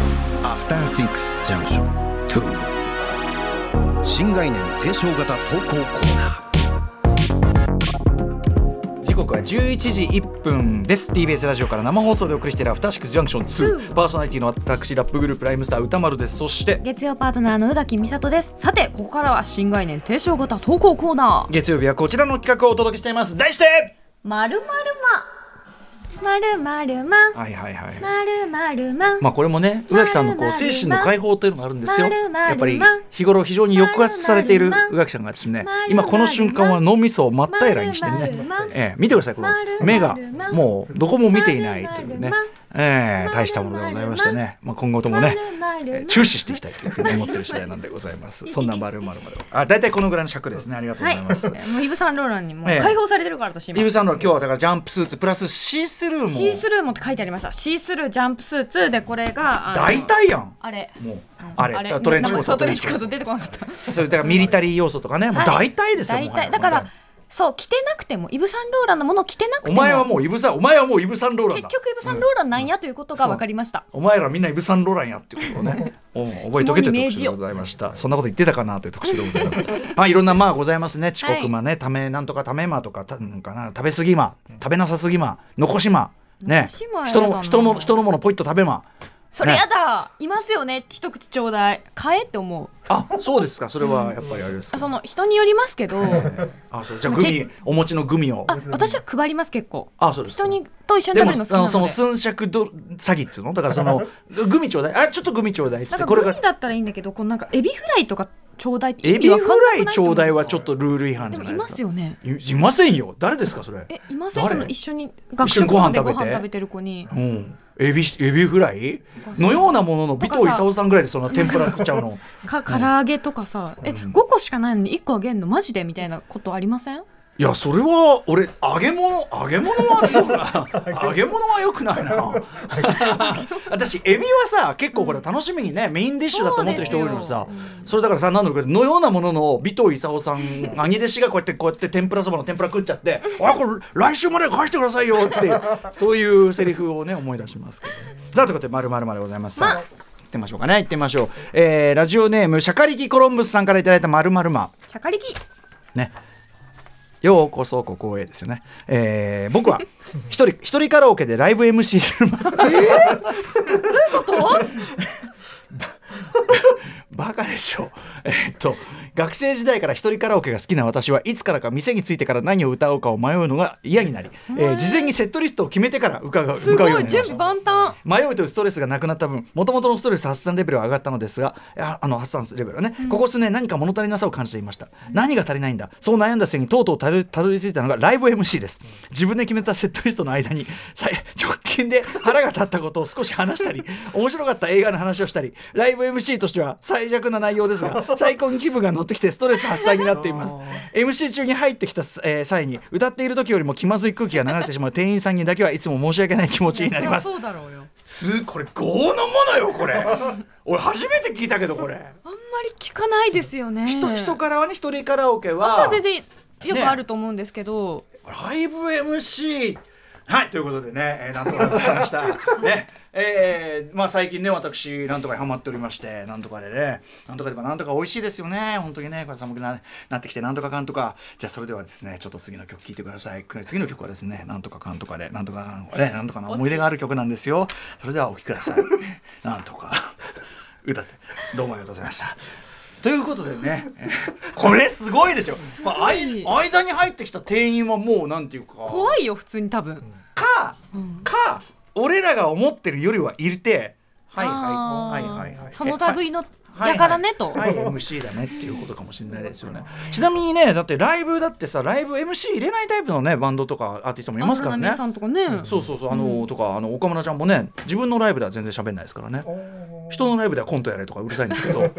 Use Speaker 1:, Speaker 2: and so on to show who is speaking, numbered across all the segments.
Speaker 1: フターシックスジャンクション2新概念提唱型投稿コーナー
Speaker 2: 時刻は11時1分です TBS ラジオから生放送でお送りしているアフターシックスジャンクション2パーソナリティの私ラップグループライムスター歌丸ですそして
Speaker 3: 月曜パートナーの宇垣美里ですさてここからは新概念提唱型投稿コーナー
Speaker 2: 月曜日はこちらの企画をお届けしています題して
Speaker 3: まるまるままるまるま
Speaker 2: はいはいはい
Speaker 3: まるまるま
Speaker 2: まあこれもね宇垣さんのこう
Speaker 3: まるま
Speaker 2: 精
Speaker 3: る
Speaker 2: 神の解放というのがあるんですよ
Speaker 3: まるまるま
Speaker 2: やっぱり日頃非常に抑圧されている
Speaker 3: まるまる
Speaker 2: 宇
Speaker 3: ま
Speaker 2: 垣さんがですね
Speaker 3: まるまる
Speaker 2: 今この瞬間は脳みそを真っ平らにして
Speaker 3: ま
Speaker 2: ね
Speaker 3: るまるま
Speaker 2: ええ見てくださいこの
Speaker 3: まるまる
Speaker 2: 目が
Speaker 3: ま
Speaker 2: もうどこも見ていないという
Speaker 3: まるま
Speaker 2: ね
Speaker 3: るま
Speaker 2: ええ大したものでございまして
Speaker 3: まるま
Speaker 2: ねまあ今後ともねえー注視していきたいというふうに思ってる次第なんでござい ます。そんなまるまるまる。あ、大体このぐらいの尺ですね。ありがとうご
Speaker 3: は
Speaker 2: ざ
Speaker 3: い
Speaker 2: います。
Speaker 3: もうイブ・サンローランにもう
Speaker 2: ええ
Speaker 3: 解放されてるから私今
Speaker 2: イブさんの今日はだからジャンプスーツプラスシースルーも。
Speaker 3: シースルーもって書いてありましたシースルージャンプスーツでこれがあの
Speaker 2: 大体やん。
Speaker 3: あれ
Speaker 2: もうあれトレンチコー
Speaker 3: そ
Speaker 2: ト
Speaker 3: うトレンチコート出てこなかった
Speaker 2: それだからミリタリー要素とかね、もう 大体ですよ。
Speaker 3: 大
Speaker 2: もはや
Speaker 3: 体だからそう着てなくてもイブ・サンローランのものを着てなくて
Speaker 2: お
Speaker 3: も
Speaker 2: 前はもうイブさん、お前はもうイブさんローラン
Speaker 3: 結
Speaker 2: だ。
Speaker 3: 局イブ・サンローランなんやということが分かりました
Speaker 2: お前らみんなイブさんローランやってことを ねうん覚えておけという特集でございましたそんなこと言ってたかなという特集でございますまあいろんなまあございますね遅刻まねためなんとかためまとかたなんかな食べ過ぎま食べなさすぎま残しまね
Speaker 3: 残しまやだ
Speaker 2: 人
Speaker 3: な
Speaker 2: の人の人のものポイッと食べま
Speaker 3: それやだ、いますよね一口ちょうだい買えって思う
Speaker 2: あそうですかそれはやっぱりあれです
Speaker 3: あ
Speaker 2: か
Speaker 3: その人によりますけど
Speaker 2: あそうじゃあグミお餅のグミを
Speaker 3: あ私は配ります結構
Speaker 2: あそうですか
Speaker 3: 人にと一緒に
Speaker 2: でも
Speaker 3: 食べるの好き
Speaker 2: あ
Speaker 3: な
Speaker 2: のそ
Speaker 3: の
Speaker 2: の
Speaker 3: で
Speaker 2: 寸尺ど詐欺っつうのだからそ のグミちょうだいあちょっとグミちょうだいっつっ
Speaker 3: な
Speaker 2: て
Speaker 3: んか
Speaker 2: これ
Speaker 3: グ
Speaker 2: が
Speaker 3: ミだったらいいんだけどこのなんかエビフライとかちょうだいって
Speaker 2: エ
Speaker 3: 意味
Speaker 2: ビ
Speaker 3: わ
Speaker 2: フ
Speaker 3: かん
Speaker 2: ラ
Speaker 3: なく
Speaker 2: イ
Speaker 3: ない
Speaker 2: ちょうだいはちょっ
Speaker 3: と
Speaker 2: とルール違反じ
Speaker 3: で
Speaker 2: ゃ
Speaker 3: も
Speaker 2: ないで
Speaker 3: いますす
Speaker 2: か
Speaker 3: よね
Speaker 2: いいませんよ誰ですかそれ
Speaker 3: えいません
Speaker 2: 誰
Speaker 3: その一緒に学
Speaker 2: 一緒に
Speaker 3: 食
Speaker 2: ご飯
Speaker 3: で
Speaker 2: 食べ
Speaker 3: ご
Speaker 2: て
Speaker 3: 飯食べてる子に
Speaker 2: うんエビエビフライのようなものの尾藤勲さんぐらいでそんな天ぷら食っちゃうの
Speaker 3: か唐揚げとかさえ5個しかないのに1個あげんのマジでみたいなことありません
Speaker 2: いやそれは俺揚げ物揚げ物はよく ない揚げ物はよくない な私エビはさ結構ほら楽しみにねメインディッシュだと思ってる人多いのにさそれだからさ何だろうけどのようなものの尾藤勲さん兄弟子がこうやってこうやって天ぷらそばの天ぷら食っちゃって「あこれ来週まで返してくださいよ」って そういうセリフをね思い出しますけどねさあということで「まるまるまでございます。さあ行ってみましょうかね行ってみましょう、えーラジオネームシャカリキコロンブスさんからいただいたまるまるま
Speaker 3: シャカリキ
Speaker 2: ね。ようこそここへですよね。えー僕は一人一人カラオケでライブ MC する、 バカでしょ。えーっと学生時代から一人カラオケが好きな私はいつからか店に着いてから何を歌おうかを迷うのが嫌になり、えー事前にセットリストを決めてから伺う
Speaker 3: す
Speaker 2: 向かうよ
Speaker 3: ご
Speaker 2: うになり
Speaker 3: い
Speaker 2: ました
Speaker 3: 準備万端
Speaker 2: 迷うというストレスがなくなった分もともとのストレス発散レベルは上がったのですがああの発散レベルはね、ここ数年何か物足りなさを感じていました、何が足りないんだそう悩んだ末にとうとうたどりたどり着いたのがライブ MC です自分で決めたセットリストの間にさ直近で腹が立ったことを少し話したり面白かった映画の話をしたりライブ MC としては最弱な内容ですが最高に気分が乗ってきてストレス発散になっています MC 中に入ってきた、えー際に歌っている時よりも気まずい空気が流れてしまう店員さんにだけはいつも申し訳ない気持ちになります
Speaker 3: いやそうだろうよ
Speaker 2: すこれ豪のものよこれ俺初めて聞いたけどこれ
Speaker 3: あんまり聞かないですよね
Speaker 2: 人人からはね一人カラオケ
Speaker 3: 朝
Speaker 2: は
Speaker 3: は全然よくあると思うんですけど、
Speaker 2: ライブ MC はいということでね、えー、なんとかでございました ねえーまあ最近ね私なんとかにハマっておりましてなんとかでねなんとかでもなんとか美味しいですよね本当にねこれ寒くななってきてなんとかかんとかじゃあそれではですねちょっと次の曲聴いてください次の曲はですねなんとかかんとかでなんとかかんとかでなんとかの思い出がある曲なんですよそれではお聴きくだ さいなんとか歌ってどうもありがとうございましたということでね、えーこれすごいですよ。まあ、あい間に入ってきた店員はもうなんていうか。
Speaker 3: 怖いよ普通に多分、
Speaker 2: か、か、俺らが思ってるよりはいるて。はい
Speaker 3: あ
Speaker 2: はい
Speaker 3: ー
Speaker 2: はいはいはい。
Speaker 3: その類の
Speaker 2: はい
Speaker 3: やからねと、
Speaker 2: はい、MC だねっていうことかもしれないですよね。ちなみにね、だってライブだってさ、ライブ MC 入れないタイプのね、バンドとかアーティストもいますから
Speaker 3: 安室
Speaker 2: ね
Speaker 3: 奈美恵。さんとかね、
Speaker 2: そうそうそう、あのとか、あの岡村ちゃんもね、自分のライブでは全然喋んないですからね。人のライブではコントやれとかうるさいんですけど、 自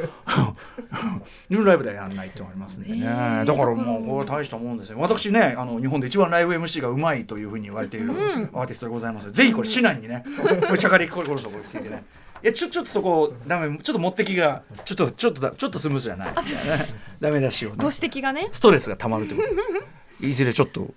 Speaker 2: 分のライブではやらないってのありますんでね。だからもうこれは大したもんですよ。私ね、あの日本で一番ライブ MC がうまいというふうに言われているアーティストでございます。ぜひこれ市内 にね、これシャカリコロコロとこれ聞いてね。いやちょちょっとそこダメちょっと持ってきがちょっとちょっとだちょっとスムーズじゃないみたいなねダメだしよね
Speaker 3: ご指摘がね
Speaker 2: ストレスがたまるということでいずれちょっと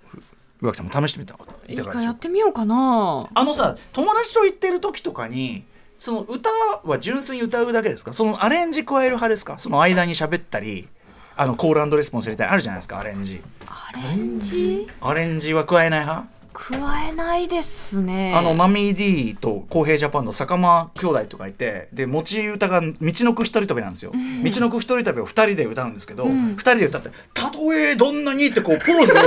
Speaker 2: 宇垣さんも試してみたらい
Speaker 3: いい
Speaker 2: かがで
Speaker 3: か
Speaker 2: しょう
Speaker 3: や
Speaker 2: か
Speaker 3: ってみようかな
Speaker 2: あのさ友達と行ってる時とかにその歌は純粋に歌うだけですかそのアレンジ加える派ですかその間に喋ったりあのコールレスポンス入れたりあるじゃないですかアレンジ
Speaker 3: アレンジ
Speaker 2: アレンジは加えない派、
Speaker 3: 加えないですね
Speaker 2: あのマミー D と浩平ジャパンの坂間兄弟とかいてで持ち歌が「道のく一人旅」なんですよ、道のく一人旅を2人で歌うんですけど、二2人で歌って「たとえどんなに」ってこうポーズ を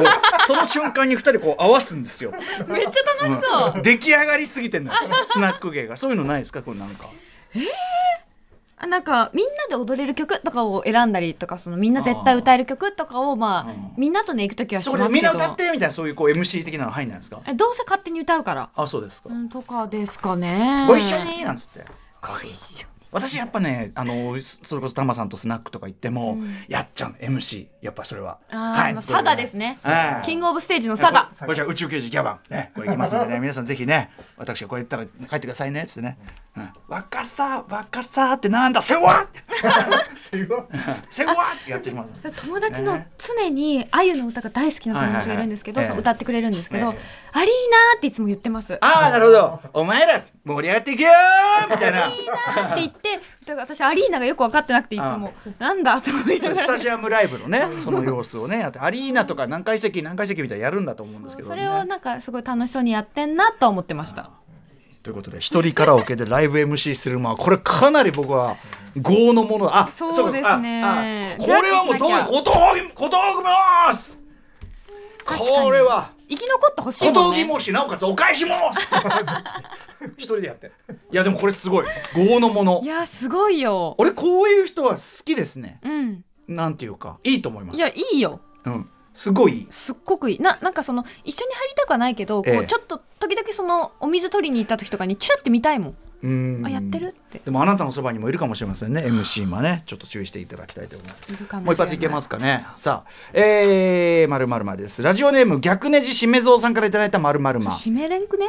Speaker 2: その瞬間に2人こう合わすんですよ
Speaker 3: めっちゃ楽しそう、
Speaker 2: 出来上がりすぎてんのよスナック芸がそういうのないですかこれなんか
Speaker 3: あなんかみんなで踊れる曲とかを選んだりとかそのみんな絶対歌える曲とかをまあ、
Speaker 2: うん
Speaker 3: みんなとね行く時はし
Speaker 2: そこ
Speaker 3: ま
Speaker 2: ですみ
Speaker 3: け
Speaker 2: ん
Speaker 3: ど
Speaker 2: な歌ってみたいなそういうこう MC 的なの入んないですか
Speaker 3: えどうせ勝手に歌うから、
Speaker 2: あそうですか、
Speaker 3: うん、とかですかね
Speaker 2: ご一緒になんつって
Speaker 3: ご一緒
Speaker 2: 私やっぱねあのそそれこそタマさんとスナックとか行っても、やっちゃん MC やっぱそれは
Speaker 3: あー、まあ佐賀ですね
Speaker 2: はい
Speaker 3: キングオブステージの佐賀
Speaker 2: こちら宇宙刑事ギャバンねこれいきますんで ね皆さんぜひね私がこう言ったら帰ってくださいねっつってね「うん、若さ若さってなんだ世話!」 って
Speaker 4: すごい
Speaker 2: 「世話!」ってやってしまうんですよ
Speaker 3: 友達の常にあゆの歌が大好きな友達がいるんですけど、
Speaker 2: はいはいはい
Speaker 3: その歌ってくれるんですけど、
Speaker 2: ええ
Speaker 3: アリーナーっていつも言ってます。ア
Speaker 2: ああなるほどお前ら盛り上がっていけよーみたいな
Speaker 3: リーナーって言って、だから私アリーナがよく分かってなくていつもなんだと思いな
Speaker 2: ス
Speaker 3: がら
Speaker 2: タ。ジアムライブのねその様子をねやってアリーナとか何階席何階席みたいなやるんだと思うんですけど、ね、
Speaker 3: それをなんかすごい楽しそうにやってんなとは思ってました。
Speaker 2: ということで一人カラオケでライブ MC するまあこれかなり僕は業のものあ
Speaker 3: そうですね
Speaker 2: そうかああこれはもうどう
Speaker 3: ジャッジしなきゃ
Speaker 2: 小峠小峠ますこれは
Speaker 3: 生き残ってほし
Speaker 2: 小
Speaker 3: いもん
Speaker 2: 峠
Speaker 3: ね。
Speaker 2: もしなおかつお返しもす一人でやっていやでもこれすごい業のもの
Speaker 3: いやすごいよ。
Speaker 2: 俺こういう人は好きですね
Speaker 3: うん。
Speaker 2: なんていうかいいと思います
Speaker 3: いやいいよ。
Speaker 2: うん、すごいいい
Speaker 3: すっごくいいななんかその一緒に入りたくはないけど、
Speaker 2: え
Speaker 3: こ
Speaker 2: え
Speaker 3: うちょっと時々そのお水取りに行った時とかにチラって見たいもん、
Speaker 2: うん
Speaker 3: あやってるって
Speaker 2: でもあなたのそばにもいるかもしれませんね MC もねちょっと注意していただきたいと思います
Speaker 3: いるかもしれない
Speaker 2: もう一発いけますかねさあえー、まるまるまですラジオネーム逆ネジしめぞうさんからいただいたまるまるま
Speaker 3: 締めれんくね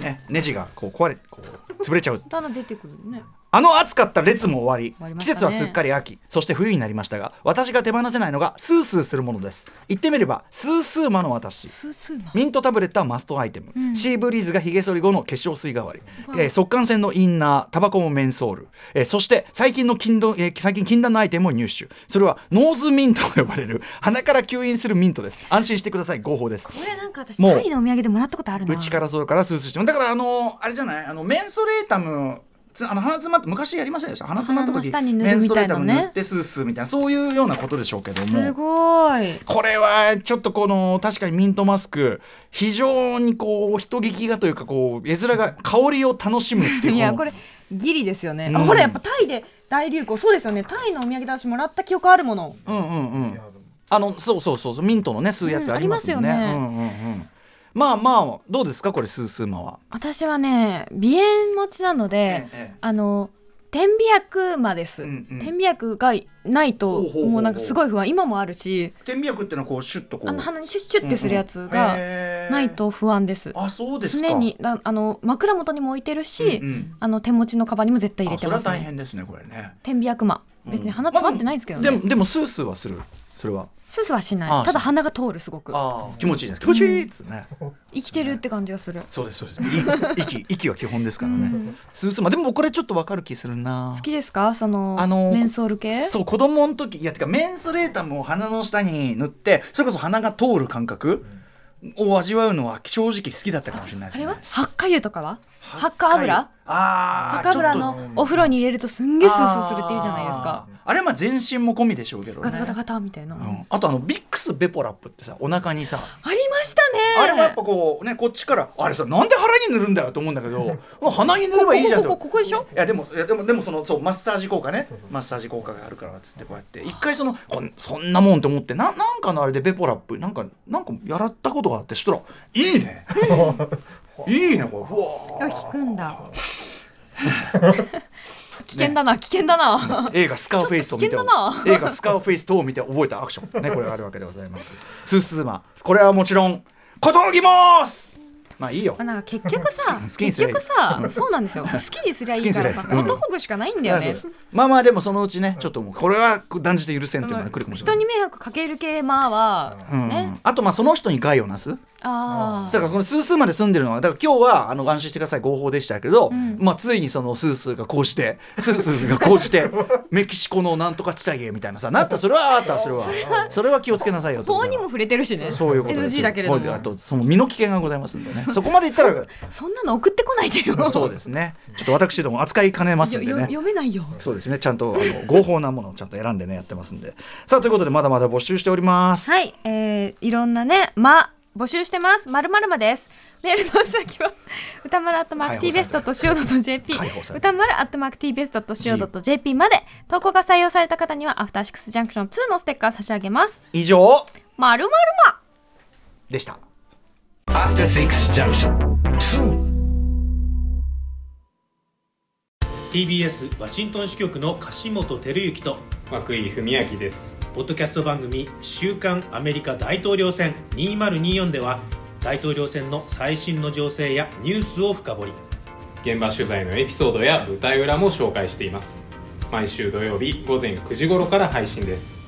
Speaker 2: ねネジがこう壊れこう潰れちゃう
Speaker 3: ただ出てくるね
Speaker 2: あの暑かった列も終
Speaker 3: 終
Speaker 2: わ
Speaker 3: わ
Speaker 2: り
Speaker 3: りま
Speaker 2: 季
Speaker 3: したね
Speaker 2: 節はすっかり秋そして冬になりましたが私が手放せないのがスースーするものです言ってみればスースー魔の私
Speaker 3: スースーマ
Speaker 2: ミントタブレットはマストアイテム、
Speaker 3: ん
Speaker 2: シーブリーズがヒゲ剃り後の化粧水代わり、
Speaker 3: わ
Speaker 2: えー速乾性のインナータバコもメンソール、えーそして最近の禁断、えー最近禁断のアイテムを入手それはノーズミントと呼ばれる鼻から吸引するミントです安心してください合法です
Speaker 3: これなんか私
Speaker 2: もう
Speaker 3: タイのお土産でもらったことあるな
Speaker 2: うちからそれからスースーしてだからあのあれじゃないあのメンソレータムつあの鼻詰まって昔やりませんでした鼻詰まった時
Speaker 3: 鼻の下に塗
Speaker 2: メ
Speaker 3: る
Speaker 2: ン
Speaker 3: み
Speaker 2: ソレ
Speaker 3: た
Speaker 2: ー
Speaker 3: い
Speaker 2: タ
Speaker 3: なね
Speaker 2: ム塗ってスースーみたいなそういうようなことでしょうけども
Speaker 3: すごい
Speaker 2: これはちょっとこの確かにミントマスク非常にこう人聞きがというかこう絵面が香りを楽しむっていう
Speaker 3: いや
Speaker 2: の
Speaker 3: これギリですよね、
Speaker 2: う
Speaker 3: あ
Speaker 2: ん
Speaker 3: ほらやっぱタイで大流行そうですよねタイのお土産で私もらった記憶あるもの
Speaker 2: うんうんう
Speaker 4: いや
Speaker 2: ん
Speaker 4: でも
Speaker 2: あのそうそうそうそうミントのね吸うやつありますよね,、
Speaker 3: う
Speaker 2: うんん、
Speaker 3: ありますよ
Speaker 2: うんうんまあまあどうですかこれスースーマは
Speaker 3: 私はね鼻炎持ちなので、
Speaker 2: ええ
Speaker 3: あの点鼻薬まです、
Speaker 2: うんうん
Speaker 3: 点鼻薬がない
Speaker 2: ほう
Speaker 3: と
Speaker 2: ほうほうほう
Speaker 3: もうなんかすごい不安今もあるし
Speaker 2: 点鼻薬ってのはこうシュッとこ
Speaker 3: あの鼻にシュッシュッってするやつが
Speaker 2: が
Speaker 3: ないと不安です,、
Speaker 2: あそうですか
Speaker 3: 常にだあの枕元にも置いてるし、
Speaker 2: うんうん
Speaker 3: あの手持ちのカバンにも絶対入
Speaker 2: あ
Speaker 3: れて
Speaker 2: それは
Speaker 3: ます
Speaker 2: 大
Speaker 3: ね
Speaker 2: 変ですねこれね
Speaker 3: 天秤悪魔別に
Speaker 2: ま
Speaker 3: 鼻
Speaker 2: あ
Speaker 3: 詰まってないんですけどね、
Speaker 2: でもでもスースーはするそれは
Speaker 3: スースーはしな
Speaker 2: あ
Speaker 3: いただ鼻が通るすごく
Speaker 2: あ気持ちいいじゃないですか気持ちいいっつってね、
Speaker 3: 生きてるって感じがする
Speaker 2: そうですそうです。い息 息は基本ですからね。スースーまあでもこれちょっとわかる気するな。
Speaker 3: 好きですかその、
Speaker 2: あのー
Speaker 3: メンソール系
Speaker 2: そう子供の時いやてかメンソレータムを鼻の下に塗ってそれこそ鼻が通る感覚を味わうのは正直好きだったかもしれないで
Speaker 3: あ
Speaker 2: すね。
Speaker 3: れはハッカ油とかはハッカ油ハ
Speaker 2: あ
Speaker 3: ッ
Speaker 2: あ
Speaker 3: カ油のお風呂に入れるとすんげえスースーするっていうじゃないです
Speaker 2: ちょ
Speaker 3: か。
Speaker 2: っとあーあれはまあ全身も込みでしょうけど
Speaker 3: ガタガタ
Speaker 2: ね。
Speaker 3: ガタみたいな、
Speaker 2: うん、あとあのビックスベポラップってさお腹にさ
Speaker 3: ありましたね
Speaker 2: あれはやっぱこうねこっちからあれさなんで腹に塗るんだよと思うんだけ どもう鼻に塗ればいいじゃんと
Speaker 3: ここここここでしょ
Speaker 2: いやでもいやでもでもそのそうマッサージ効果ねマッサージ効果があるからっつってこうやって一回そのこんそんなもんと思ってななんかのあれでベポラップなんかなんかやらったことがあってそしたら「いいね いいねこれふわ
Speaker 3: あ聞く んだ危険だな、危険だな、
Speaker 2: ー映画スカーフェイスを見て
Speaker 3: ちょっと危険だ
Speaker 2: 映画スカーフェイス等を見て覚えたアクションねこれがあるわけでございますスースーマこれはもちろん小峠もーすまあいいよ
Speaker 3: まあ、なんか結局
Speaker 4: 好
Speaker 3: さ
Speaker 4: きにすり
Speaker 3: 結
Speaker 4: ゃいい
Speaker 3: 局さそうなんですよ好きにすりゃいいか
Speaker 4: 好
Speaker 3: らさ
Speaker 4: きにすりゃいいうん
Speaker 3: ことほぐしかないんだよね
Speaker 2: そうまあまあでもそのうちねちょっともうこれは断じて許せんっていうのが来るかもしれな
Speaker 3: 人
Speaker 2: い
Speaker 3: に迷惑かける系まあは
Speaker 2: うん
Speaker 3: ね
Speaker 2: あとまあその人に害をなす
Speaker 3: あ
Speaker 2: だからこのスースーまで住んでるのはだから今日はあの安心してください合法でしたけど、まあ、ついにそのスースーがこうしてスースーがこうして メキシコのなんとか地帯へみたいなさなったそれはあったそれはそれは気をつけなさいよ
Speaker 3: あ
Speaker 2: と
Speaker 3: 法にも触れてるしね
Speaker 2: そういうことです
Speaker 3: NG だけれど
Speaker 2: はいあ
Speaker 3: も
Speaker 2: とその身の危険がございますん でねそこまで言ったら
Speaker 3: そんなの送ってこないでよ
Speaker 2: そうですねちょっと私ども扱いかねますんで
Speaker 3: よよ
Speaker 2: ね
Speaker 3: 読めないよ
Speaker 2: そうですねちゃんとあの合法なものをちゃんと選んでねやってますんでさあということでまだまだ募集しております
Speaker 3: はい、えー、いろんなね、ま、募集してます。まるまるまです。メールの先は 歌丸アットマーク T ベストと塩ドット JP
Speaker 2: 解放された
Speaker 3: 歌丸アットマーク T ベストと塩ドット JP まで投稿が採用された方にはアフターシックスジャンクション2のステッカー差し上げます。
Speaker 2: 以上
Speaker 3: まるまるま
Speaker 2: でした
Speaker 1: アフターシックスジャンクション
Speaker 5: TBS ワシントン支局の樫本照之と
Speaker 6: 涌井文明です
Speaker 5: ポッドキャスト番組「週刊アメリカ大統領選2024」では大統領選の最新の情勢やニュースを深掘り
Speaker 6: 現場取材のエピソードや舞台裏も紹介しています毎週土曜日午前9時頃から配信です